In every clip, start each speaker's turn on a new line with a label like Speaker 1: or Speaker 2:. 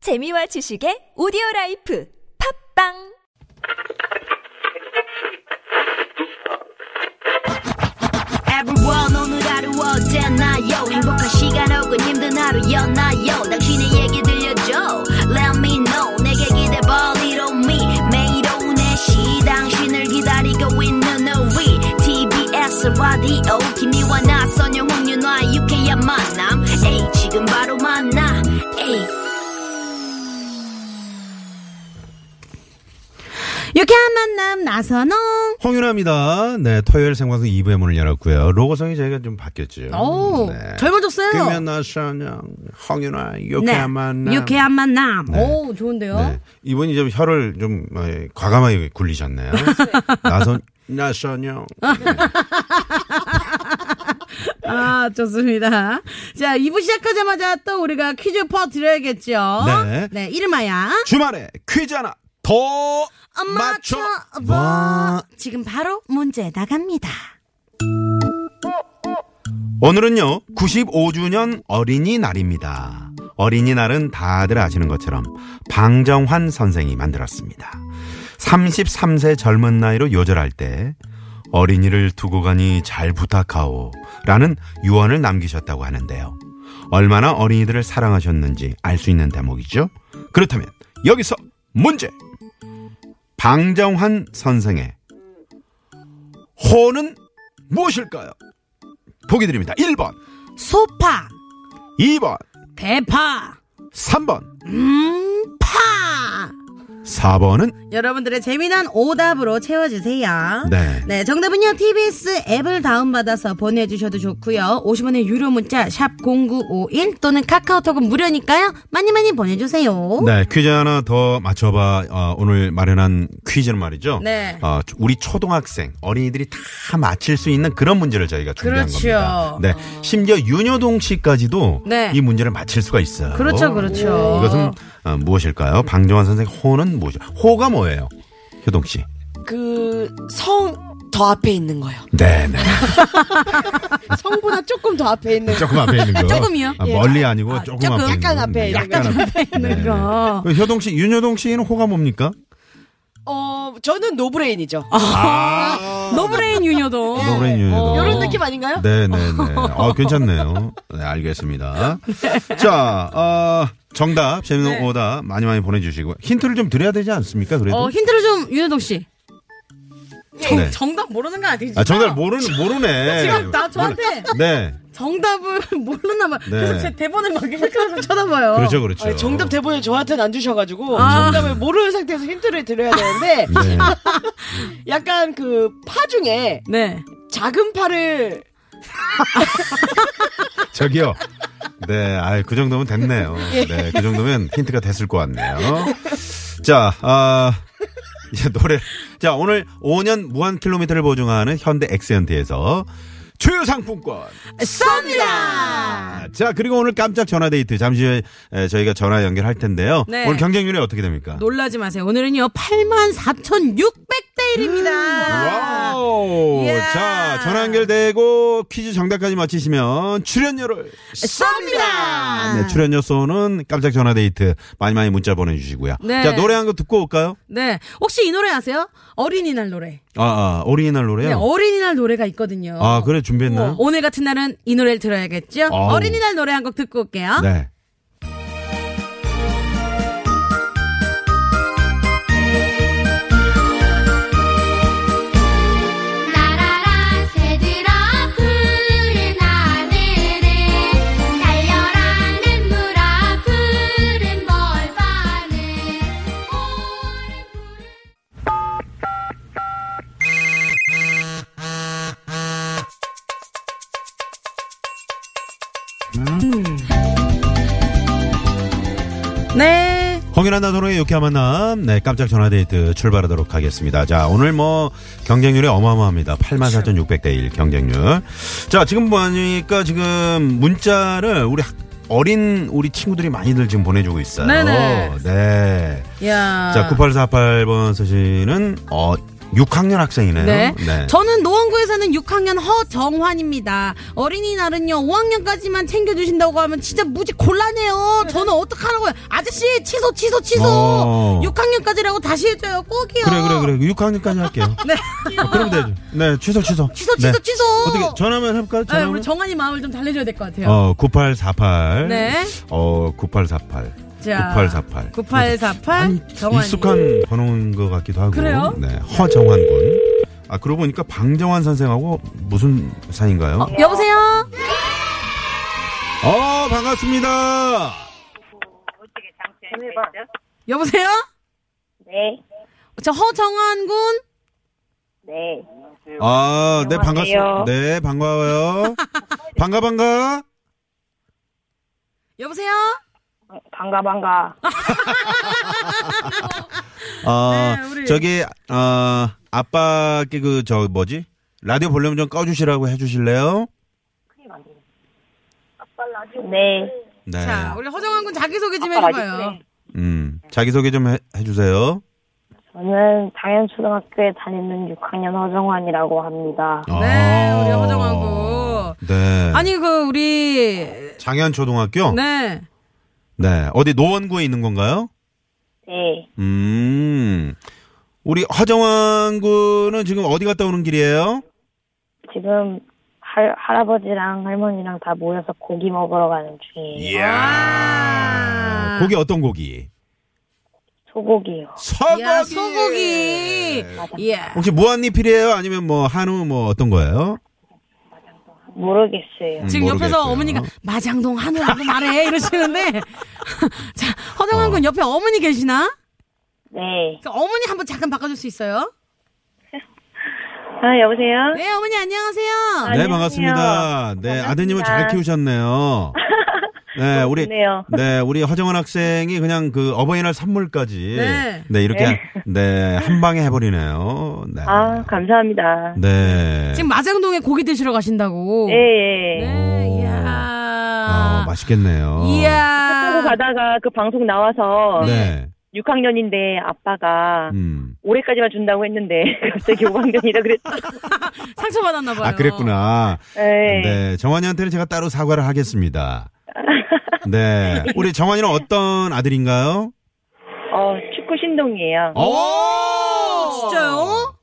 Speaker 1: 재미와 지식의 오디오 라이프 팝빵
Speaker 2: Everyone 오늘 하루 어땠나요 행복한 시간 혹은 힘든 하루였나요 당신의 얘기 들려줘 Let me know 내게 기대봐 Little me 매일 오후 4시 당신을 기다리고 있는 우리 TBS 라디오 김미와 나선영 홍윤아 유쾌한 만남 에이 지금 바로 만나 에이
Speaker 3: 유쾌한 만남 나선홍.
Speaker 4: 홍윤아입니다. 네, 토요일 생방송 2부의 문을 열었고요. 로고송이 저희가 좀 바뀌었죠.
Speaker 3: 오,
Speaker 4: 네.
Speaker 3: 어, 젊어졌어요. 네,
Speaker 4: 김연아, 샤냥, 홍윤아, 유쾌한 만남.
Speaker 3: 유쾌한 만남. 오, 좋은데요?
Speaker 4: 네. 이분이 좀 혀를 좀 어, 과감하게 굴리셨네요. 나선, 나선영.
Speaker 3: 아, 좋습니다. 자, 2부 시작하자마자 또 우리가 퀴즈 퍼드려야겠죠.
Speaker 4: 네.
Speaker 3: 이름하야.
Speaker 4: 주말에 퀴즈 하나 더 맞춰.
Speaker 3: 봐. 뭐. 지금 바로 문제 나갑니다.
Speaker 4: 오늘은요, 95주년 어린이날입니다. 어린이날은 다들 아시는 것처럼 방정환 선생이 만들었습니다. 33세 젊은 나이로 요절할 때 어린이를 두고 가니 잘 부탁하오 라는 유언을 남기셨다고 하는데요. 얼마나 어린이들을 사랑하셨는지 알 수 있는 대목이죠. 그렇다면 여기서 문제! 방정환 선생의 호는 무엇일까요? 보기 드립니다. 1번,
Speaker 3: 소파,
Speaker 4: 2번,
Speaker 3: 대파,
Speaker 4: 3번,
Speaker 3: 음, 파.
Speaker 4: 4번은
Speaker 3: 여러분들의 재미난 오답으로 채워주세요.
Speaker 4: 네.
Speaker 3: 정답은요, TBS 앱을 다운받아서 보내주셔도 좋고요 50원의 유료 문자, 샵0951 또는 카카오톡은 무료니까요. 많이 많이 보내주세요.
Speaker 4: 네 퀴즈 하나 더 맞춰봐 어, 오늘 마련한 퀴즈는 말이죠.
Speaker 3: 네.
Speaker 4: 어, 우리 초등학생 어린이들이 다 맞힐 수 있는 그런 문제를 저희가 준비한
Speaker 3: 그렇죠.
Speaker 4: 겁니다. 네 심지어 윤여동 씨까지도
Speaker 3: 네.
Speaker 4: 이 문제를 맞힐 수가 있어요.
Speaker 3: 그렇죠, 그렇죠.
Speaker 4: 네, 이것은 어, 무엇일까요? 방정환 선생 호는 뭐죠? 호가 뭐예요? 효동 씨.
Speaker 5: 그 성 더 앞에 있는 거예요.
Speaker 4: 네네.
Speaker 5: 성보다 조금 더 앞에 있는
Speaker 4: 조금 앞에 있는 거.
Speaker 3: 조금이요?
Speaker 4: 아,
Speaker 5: 예.
Speaker 4: 멀리 아니고 조금,
Speaker 5: 조금
Speaker 4: 앞에 있는
Speaker 5: 약간
Speaker 4: 거.
Speaker 5: 앞에 있는
Speaker 4: 약간
Speaker 5: 거.
Speaker 3: 네.
Speaker 4: 앞에 있는
Speaker 3: 거.
Speaker 4: 효동 씨, 윤효동 씨는 호가 뭡니까?
Speaker 5: 어, 저는 노브레인이죠.
Speaker 3: 아, 노브레인 윤여도.
Speaker 4: 노브레인 윤효동.
Speaker 5: 이런 느낌 아닌가요?
Speaker 4: 네네네. 어, 괜찮네요. 네, 알겠습니다. 자, 어, 정답, 재미난
Speaker 3: 네.
Speaker 4: 오다 많이 많이 보내주시고. 힌트를 좀 드려야 되지 않습니까? 그래도.
Speaker 3: 어, 힌트를 좀, 윤여동 씨.
Speaker 4: 네.
Speaker 3: 정답 모르는 거 아니지?
Speaker 4: 아, 정답 모르는, 모르네.
Speaker 3: 지금 나 저한테
Speaker 4: 네.
Speaker 3: 정답을 모르나 봐.
Speaker 4: 네.
Speaker 3: 그래서 제 대본을 막 이렇게 쳐다봐요.
Speaker 4: 그렇죠, 그렇죠.
Speaker 5: 아니, 정답 대본을 저한테는 안 주셔가지고
Speaker 3: 아.
Speaker 5: 정답을 모르는 상태에서 힌트를 드려야 되는데
Speaker 4: 네.
Speaker 5: 약간 그 파 중에
Speaker 3: 네.
Speaker 5: 작은 파를
Speaker 4: 저기요. 네, 아이, 그 정도면 됐네요.
Speaker 3: 예.
Speaker 4: 네, 그 정도면 힌트가 됐을 것 같네요. 자, 아, 이제 노래. 자, 오늘 5년 무한 킬로미터를 보증하는 현대 엑센트에서 주요 상품권
Speaker 3: 쏩니다!
Speaker 4: 아, 자, 그리고 오늘 깜짝 전화 데이트 잠시 후에 에, 저희가 전화 연결할 텐데요.
Speaker 3: 네.
Speaker 4: 오늘 경쟁률이 어떻게 됩니까?
Speaker 3: 놀라지 마세요. 오늘은요, 84,600대 1입니다.
Speaker 4: 와우.
Speaker 3: 이야.
Speaker 4: 자, 전화 연결되고 퀴즈 정답까지 맞히시면 출연료를
Speaker 3: 쏩니다!
Speaker 4: 네, 출연료 쏘는 깜짝 전화 데이트 많이 많이 문자 보내 주시고요.
Speaker 3: 네.
Speaker 4: 자, 노래 한 곡 듣고 올까요?
Speaker 3: 네. 혹시 이 노래 아세요? 어린이날 노래.
Speaker 4: 아, 아 어린이날 노래요?
Speaker 3: 네, 어린이날 어, 노래가 있거든요.
Speaker 4: 아, 그래 준비했나요?
Speaker 3: 뭐, 오늘 같은 날은 이 노래를 들어야겠죠?
Speaker 4: 아우.
Speaker 3: 어린이날 노래 한 곡 듣고 올게요.
Speaker 4: 네.
Speaker 6: 날아라 새들아 푸른 하늘에 달려라 냇물아 푸른 벌판에 오래 부르
Speaker 3: 네.
Speaker 4: 홍윤아 나도로의 유쾌한 만남, 네, 깜짝 전화 데이트 출발하도록 하겠습니다. 자, 오늘 뭐, 경쟁률이 어마어마합니다. 84,600대1 경쟁률. 자, 지금 보니까 지금 문자를 우리 학- 어린 우리 친구들이 많이들 지금 보내주고 있어요.
Speaker 3: 네네. 아.
Speaker 4: 네.
Speaker 3: 야
Speaker 4: 자, 9848번 쓰시는, 어, 6학년 학생이네요.
Speaker 3: 네. 저는 노원구에 사는 6학년 허정환입니다. 어린이날은요, 5학년까지만 챙겨주신다고 하면 진짜 무지 곤란해요. 저는 어떡하라고요. 아저씨, 취소, 취소, 취소.
Speaker 4: 어.
Speaker 3: 6학년까지라고 다시 해줘요. 꼭이요.
Speaker 4: 그래 그래 그래 6학년까지 할게요.
Speaker 3: 네.
Speaker 4: 어, 그럼 되죠. 네 취소 취소.
Speaker 3: 취소,
Speaker 4: 네.
Speaker 3: 취소, 취소.
Speaker 4: 어떻게 전화만 해볼까요?
Speaker 3: 네,
Speaker 4: 전화만.
Speaker 3: 우리 정환이 마음을 좀 달래줘야 될 것 같아요.
Speaker 4: 어 9848.
Speaker 3: 네.
Speaker 4: 어 9848. 9848.
Speaker 3: 9848. 정환이.
Speaker 4: 네. 익숙한 번호인 것 같기도 하고.
Speaker 3: 그래요?
Speaker 4: 네. 허정환 군. 아 그러고 보니까 방정환 선생하고 무슨 사이인가요?
Speaker 3: 어, 여보세요?
Speaker 4: 어 반갑습니다.
Speaker 3: 여보세요?
Speaker 7: 네,
Speaker 3: 저 허정환 군?
Speaker 7: 네.
Speaker 4: 아, 네,
Speaker 7: 안녕하세요.
Speaker 4: 반갑습니다. 네, 반가워요. 반가, 반가.
Speaker 3: 여보세요?
Speaker 7: 반가, 반가.
Speaker 4: 아,
Speaker 3: 네, 우리-
Speaker 4: 저기, 아, 아빠께 그, 저, 뭐지? 라디오 볼륨 좀 꺼주시라고 해주실래요?
Speaker 7: 네.
Speaker 4: 네.
Speaker 3: 자, 우리 허정환 군 자기소개 좀 해줘봐요.
Speaker 4: 음, 자기소개 좀 해, 해주세요.
Speaker 7: 저는 당연초등학교에 다니는 6학년 허정환이라고 합니다.
Speaker 3: 네,
Speaker 4: 아.
Speaker 3: 우리 허정하고.
Speaker 4: 네.
Speaker 3: 아니, 그, 우리,
Speaker 4: 장현초등학교? 네.
Speaker 3: 네.
Speaker 4: 어디 노원구에 있는 건가요?
Speaker 7: 네.
Speaker 4: 음. 우리 허정환 군은 지금 어디 갔다 오는 길이에요?
Speaker 7: 지금 할, 할아버지랑 할머니랑 다 모여서 고기 먹으러 가는 중이에요.
Speaker 4: 이야. 아, 고기 어떤 고기?
Speaker 7: 소고기요.
Speaker 4: 소고기.
Speaker 3: 야, 소고기. 예.
Speaker 4: 혹시 무한리필이에요? 아니면 뭐 한우 뭐 어떤 거예요?
Speaker 7: 모르겠어요.
Speaker 4: 음,
Speaker 3: 지금 옆에서
Speaker 4: 모르겠고요.
Speaker 3: 어머니가 마장동 한우라고 말해 이러시는데 자 허정환 군 옆에 어머니 계시나?
Speaker 7: 네.
Speaker 3: 그 어머니 한번 잠깐 바꿔줄 수 있어요?
Speaker 7: 아, 여보세요?
Speaker 3: 네 어머니 안녕하세요.
Speaker 4: 네
Speaker 7: 안녕하세요.
Speaker 4: 반갑습니다. 네
Speaker 7: 반갑습니다.
Speaker 4: 아드님을 잘 키우셨네요. 네 우리
Speaker 7: 좋네요.
Speaker 4: 네 우리 허정원 학생이 그냥 그 어버이날 선물까지
Speaker 3: 네.
Speaker 4: 이렇게 네 한 방에 해버리네요. 네.
Speaker 7: 아, 감사합니다.
Speaker 4: 네.
Speaker 3: 지금 마장동에 고기 드시러 가신다고.
Speaker 7: 예, 예.
Speaker 3: 네,
Speaker 4: 오.
Speaker 3: 이야.
Speaker 4: 아, 맛있겠네요.
Speaker 7: 하고
Speaker 3: 이야.
Speaker 7: 가다가 그 방송 나와서
Speaker 4: 네.
Speaker 7: 6학년인데 아빠가
Speaker 4: 음.
Speaker 7: 올해까지만 준다고 했는데 갑자기 5학년이라 그랬어.
Speaker 3: 상처 받았나 봐요.
Speaker 4: 아 그랬구나.
Speaker 7: 네.
Speaker 4: 네 정환이한테는 제가 따로 사과를 하겠습니다. 네 우리 정환이는 어떤 아들인가요?
Speaker 7: 어, 축구 신동이에요.
Speaker 4: 오
Speaker 3: 진짜요?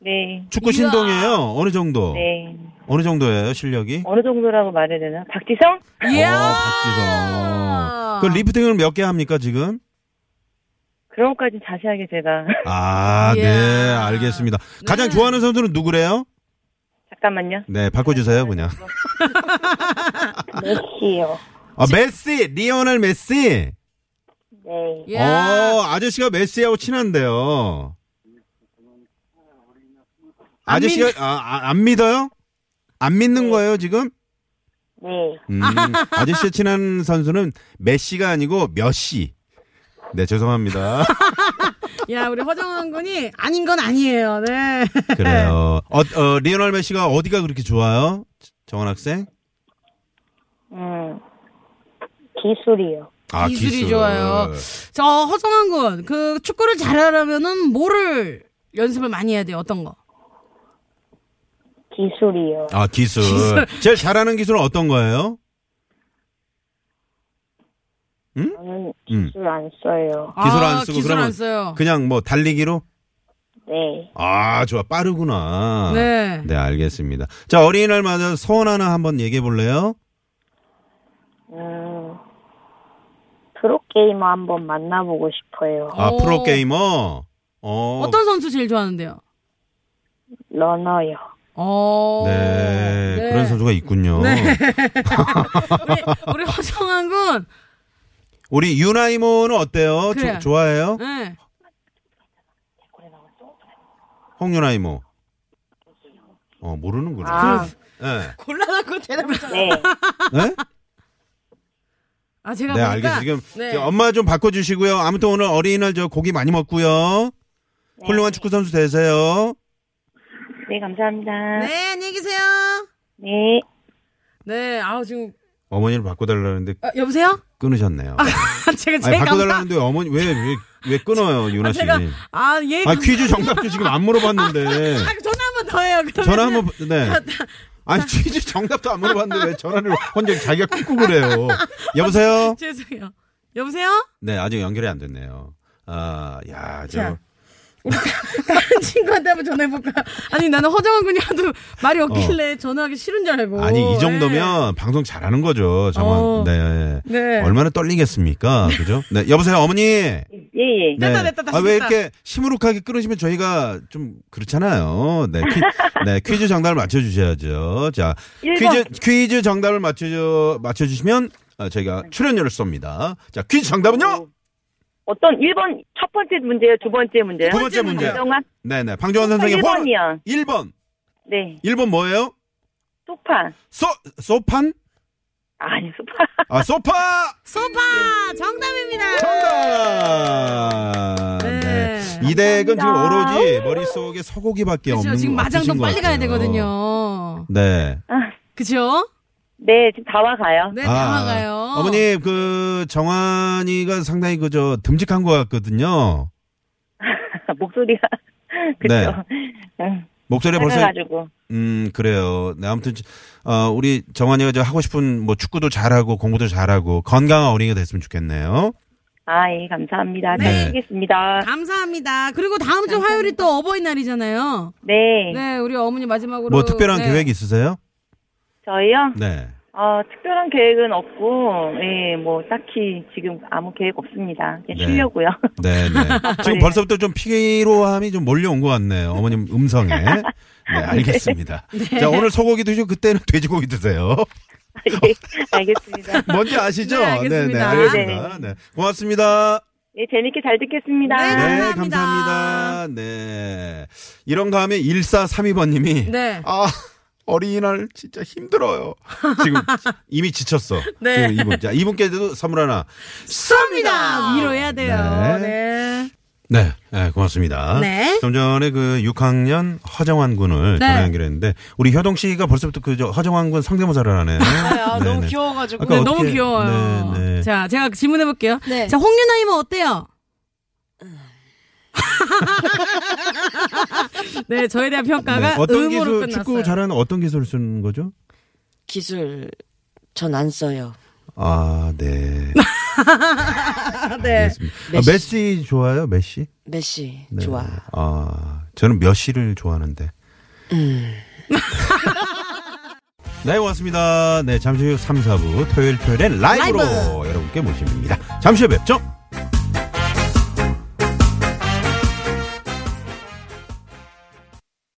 Speaker 7: 네.
Speaker 4: 어? 축구 신동이에요. 어느 정도?
Speaker 7: 네.
Speaker 4: 어느 정도예요 실력이?
Speaker 7: 어느 정도라고 말해야 되나? 박지성?
Speaker 3: 이야.
Speaker 4: 박지성. 그 리프팅을 몇 개 합니까 지금?
Speaker 7: 그런 것까지 자세하게 제가.
Speaker 4: 아,
Speaker 3: 이야.
Speaker 4: 네, 알겠습니다. 가장
Speaker 3: 네.
Speaker 4: 좋아하는 선수는 누구래요?
Speaker 7: 잠깐만요.
Speaker 4: 네, 바꿔주세요 그냥.
Speaker 7: 메시요.
Speaker 4: 아, 메시, 리오넬 메시.
Speaker 7: 네.
Speaker 3: 이야.
Speaker 4: 어, 아저씨가 메시하고 친한데요.
Speaker 3: 안
Speaker 4: 아저씨가 아, 아, 안 믿어요? 안 믿는 거예요 지금?
Speaker 7: 네.
Speaker 4: 음, 아저씨 친한 선수는 메시가 아니고 몇시. 네, 죄송합니다.
Speaker 3: 야 우리 허정환 군이 아닌 건 아니에요. 네.
Speaker 4: 그래요. 어, 어, 리오넬 메시가 어디가 그렇게 좋아요? 정원 학생?
Speaker 7: 음. 기술이요.
Speaker 4: 아,
Speaker 3: 기술이 좋아요. 저 허정환 군, 그 축구를 잘하려면은 뭐를 연습을 많이 해야 돼요? 어떤 거?
Speaker 7: 기술이요.
Speaker 4: 아, 기술. 제일 잘하는 기술은 어떤 거예요?
Speaker 7: 저는
Speaker 4: 음.
Speaker 7: 기술 안 써요.
Speaker 4: 기술 안
Speaker 3: 아,
Speaker 4: 쓰고
Speaker 3: 기술
Speaker 4: 그러면
Speaker 3: 안 써요.
Speaker 4: 그냥 뭐 달리기로?
Speaker 7: 네.
Speaker 4: 아, 좋아. 빠르구나.
Speaker 3: 네.
Speaker 4: 네, 알겠습니다. 자, 어린이날 맞아 소원 하나 한번 얘기해 볼래요?
Speaker 7: 음. 프로게이머 한번 만나보고 싶어요.
Speaker 4: 아,
Speaker 3: 오.
Speaker 4: 프로게이머. 어.
Speaker 3: 어떤 선수 제일 좋아하는데요?
Speaker 7: 러너요.
Speaker 3: 어.
Speaker 4: 네, 그런 선수가 있군요.
Speaker 3: 네. 우리, 우리 허정환 군,
Speaker 4: 우리 유나이모는 어때요?
Speaker 3: 그래요.
Speaker 4: 조- 좋아해요?
Speaker 3: 네.
Speaker 4: 홍유나이모. 어, 모르는구나.
Speaker 7: 아,
Speaker 4: 네.
Speaker 5: 곤란하고 대답을
Speaker 7: 네.
Speaker 4: 네?
Speaker 3: 아, 제가
Speaker 4: 네,
Speaker 3: 보니까.
Speaker 4: 알겠어요. 지금
Speaker 3: 네.
Speaker 4: 지금 엄마 좀 바꿔주시고요. 아무튼 오늘 어린이날 저 고기 많이 먹고요.
Speaker 3: 네.
Speaker 4: 훌륭한 축구 선수 되세요.
Speaker 7: 네, 감사합니다.
Speaker 3: 네, 안녕히 계세요.
Speaker 7: 네.
Speaker 3: 네, 아우, 지금.
Speaker 4: 어머니를 바꿔달라는데
Speaker 3: 아, 여보세요?
Speaker 4: 끊으셨네요.
Speaker 3: 제가
Speaker 4: 아니,
Speaker 3: 제일 감사.
Speaker 4: 바꿔달라는데 어머니 왜 왜 왜 끊어요, 유나
Speaker 3: 아,
Speaker 4: 씨?
Speaker 3: 제가 아 예.
Speaker 4: 아, 퀴즈 정답도 지금 안 물어봤는데.
Speaker 3: 아, 전화 한 번 더 해요. 그러면.
Speaker 4: 전화 한번 네. 아니 퀴즈 정답도 안 물어봤는데 왜 전화를 혼자 자기가 끊고 그래요? 여보세요?
Speaker 3: 죄송해요. 여보세요?
Speaker 4: 네 아직 연결이 안 됐네요. 아, 야, 저
Speaker 3: 자. 다른 친구한테 한번 전화해볼까? 아니 나는 허정환 군이 하도 말이 없길래 전화하기 싫은 줄 알고.
Speaker 4: 어.
Speaker 3: 네.
Speaker 4: 아니 이 정도면 방송 잘하는 거죠, 정말.
Speaker 3: 어.
Speaker 4: 네.
Speaker 3: 네.
Speaker 4: 얼마나 떨리겠습니까, 그죠? 네, 여보세요, 어머니. 네.
Speaker 7: 예예.
Speaker 3: 됐다, 됐다, 다시
Speaker 4: 아, 왜
Speaker 3: 됐다.
Speaker 4: 이렇게 시무룩하게 끊으시면 저희가 좀 그렇잖아요. 네, 퀴, 네 퀴즈 정답을 맞춰주셔야죠. 자, 퀴즈 퀴즈 정답을 맞춰 맞춰주시면 어, 저희가 출연료를 쏩니다. 자, 퀴즈 정답은요?
Speaker 8: 어떤 1번 첫 번째 문제예요? 두 번째
Speaker 3: 네.
Speaker 8: 문제예요?
Speaker 4: 두 번째 문제.
Speaker 8: 정한
Speaker 4: 네네. 방정환 선생님 호
Speaker 8: 1번이요.
Speaker 4: 1번.
Speaker 8: 네.
Speaker 4: 1번 뭐예요?
Speaker 8: 소파. 아,
Speaker 4: 소 소판?
Speaker 8: 아니, 소파.
Speaker 4: 아 소파.
Speaker 3: 소파 정답입니다.
Speaker 4: 정답.
Speaker 3: 네.
Speaker 4: 네. 이댁은 지금 오로지 머릿속에 소고기밖에
Speaker 3: 그렇죠.
Speaker 4: 없는
Speaker 3: 지금
Speaker 4: 거 없으신
Speaker 3: 마장동
Speaker 4: 것
Speaker 3: 빨리 가야
Speaker 4: 같아요.
Speaker 3: 되거든요.
Speaker 4: 네.
Speaker 3: 그죠?
Speaker 8: 네, 지금 다 와가요.
Speaker 3: 네,
Speaker 4: 아,
Speaker 3: 당황가요.
Speaker 4: 어머님 그 정환이가 상당히 그저 듬직한 것 같거든요.
Speaker 8: 목소리가. 그쵸. 응.
Speaker 4: 목소리 네. 벌써
Speaker 8: 작아가지고.
Speaker 4: 음 그래요. 네, 아무튼 어, 우리 정환이가 저 하고 싶은 뭐 축구도 잘하고 공부도 잘하고 건강한 어린이가 됐으면 좋겠네요. 뭐
Speaker 8: 아, 예, 감사합니다.
Speaker 4: 네.
Speaker 8: 잘 쓰겠습니다.
Speaker 3: 감사합니다. 그리고 다음 주 화요일이 또 어버이날이잖아요.
Speaker 8: 네.
Speaker 3: 네, 우리 어머니 마지막으로
Speaker 4: 뭐 특별한
Speaker 3: 네.
Speaker 4: 계획 있으세요?
Speaker 8: 저희요?
Speaker 4: 네.
Speaker 8: 어, 특별한 계획은 없고, 예, 뭐, 딱히 지금 아무 계획 없습니다. 그냥
Speaker 4: 네.
Speaker 8: 쉬려고요.
Speaker 4: 네, 네. 지금 벌써부터 좀 피로함이 좀 몰려온 것 같네요. 어머님 음성에. 네, 알겠습니다.
Speaker 3: 네.
Speaker 4: 자, 오늘 소고기 드시고 그때는 돼지고기 드세요.
Speaker 8: 예, 알겠습니다.
Speaker 4: 뭔지 아시죠?
Speaker 3: 네, 알겠습니다.
Speaker 4: 네, 알겠습니다. 네. 고맙습니다.
Speaker 8: 예, 재밌게 잘 듣겠습니다.
Speaker 3: 네,
Speaker 4: 네,
Speaker 3: 감사합니다.
Speaker 4: 감사합니다. 네. 이런 가 하면 1432번님이.
Speaker 3: 네.
Speaker 4: 아, 어린이날 진짜 힘들어요. 지금 이미 지쳤어.
Speaker 3: 네.
Speaker 4: 지금 이분. 자, 이분께도 선물 하나.
Speaker 3: 쏩니다. 아, 위로해야 돼요.
Speaker 4: 네.
Speaker 3: 네.
Speaker 4: 네, 네, 고맙습니다.
Speaker 3: 네.
Speaker 4: 좀 전에 그 6학년 허정환 군을
Speaker 3: 네.
Speaker 4: 전화 연결했는데 우리 효동 씨가 벌써부터 그 저 허정환 군 성대모사를 하네요.
Speaker 5: 아,
Speaker 4: 네,
Speaker 5: 너무
Speaker 4: 네.
Speaker 5: 귀여워가지고.
Speaker 4: 아까
Speaker 3: 네,
Speaker 4: 어떻게-
Speaker 3: 너무 귀여워요.
Speaker 4: 네, 네.
Speaker 3: 자, 제가 질문해 볼게요.
Speaker 9: 네.
Speaker 3: 자, 홍윤아 님은 어때요? 네, 저에 대한
Speaker 4: 네,
Speaker 3: 평가가
Speaker 4: 어떤
Speaker 3: 음으로
Speaker 4: 기술
Speaker 3: 끝났어요.
Speaker 4: 축구 잘하는 어떤 기술을 쓰는 거죠?
Speaker 9: 기술 전 안 써요.
Speaker 4: 아, 네.
Speaker 3: 네.
Speaker 4: 알겠습니다. 아, 메시 좋아요, 메시?
Speaker 9: 메시
Speaker 4: 네.
Speaker 9: 좋아.
Speaker 4: 아, 저는 몇 시를 좋아하는데.
Speaker 9: 음.
Speaker 4: 네, 고맙습니다. 네, 잠시 후 3, 4부 토요일 토요일엔 라이브로 여러분께 모십니다. 잠시 후에 뵙죠.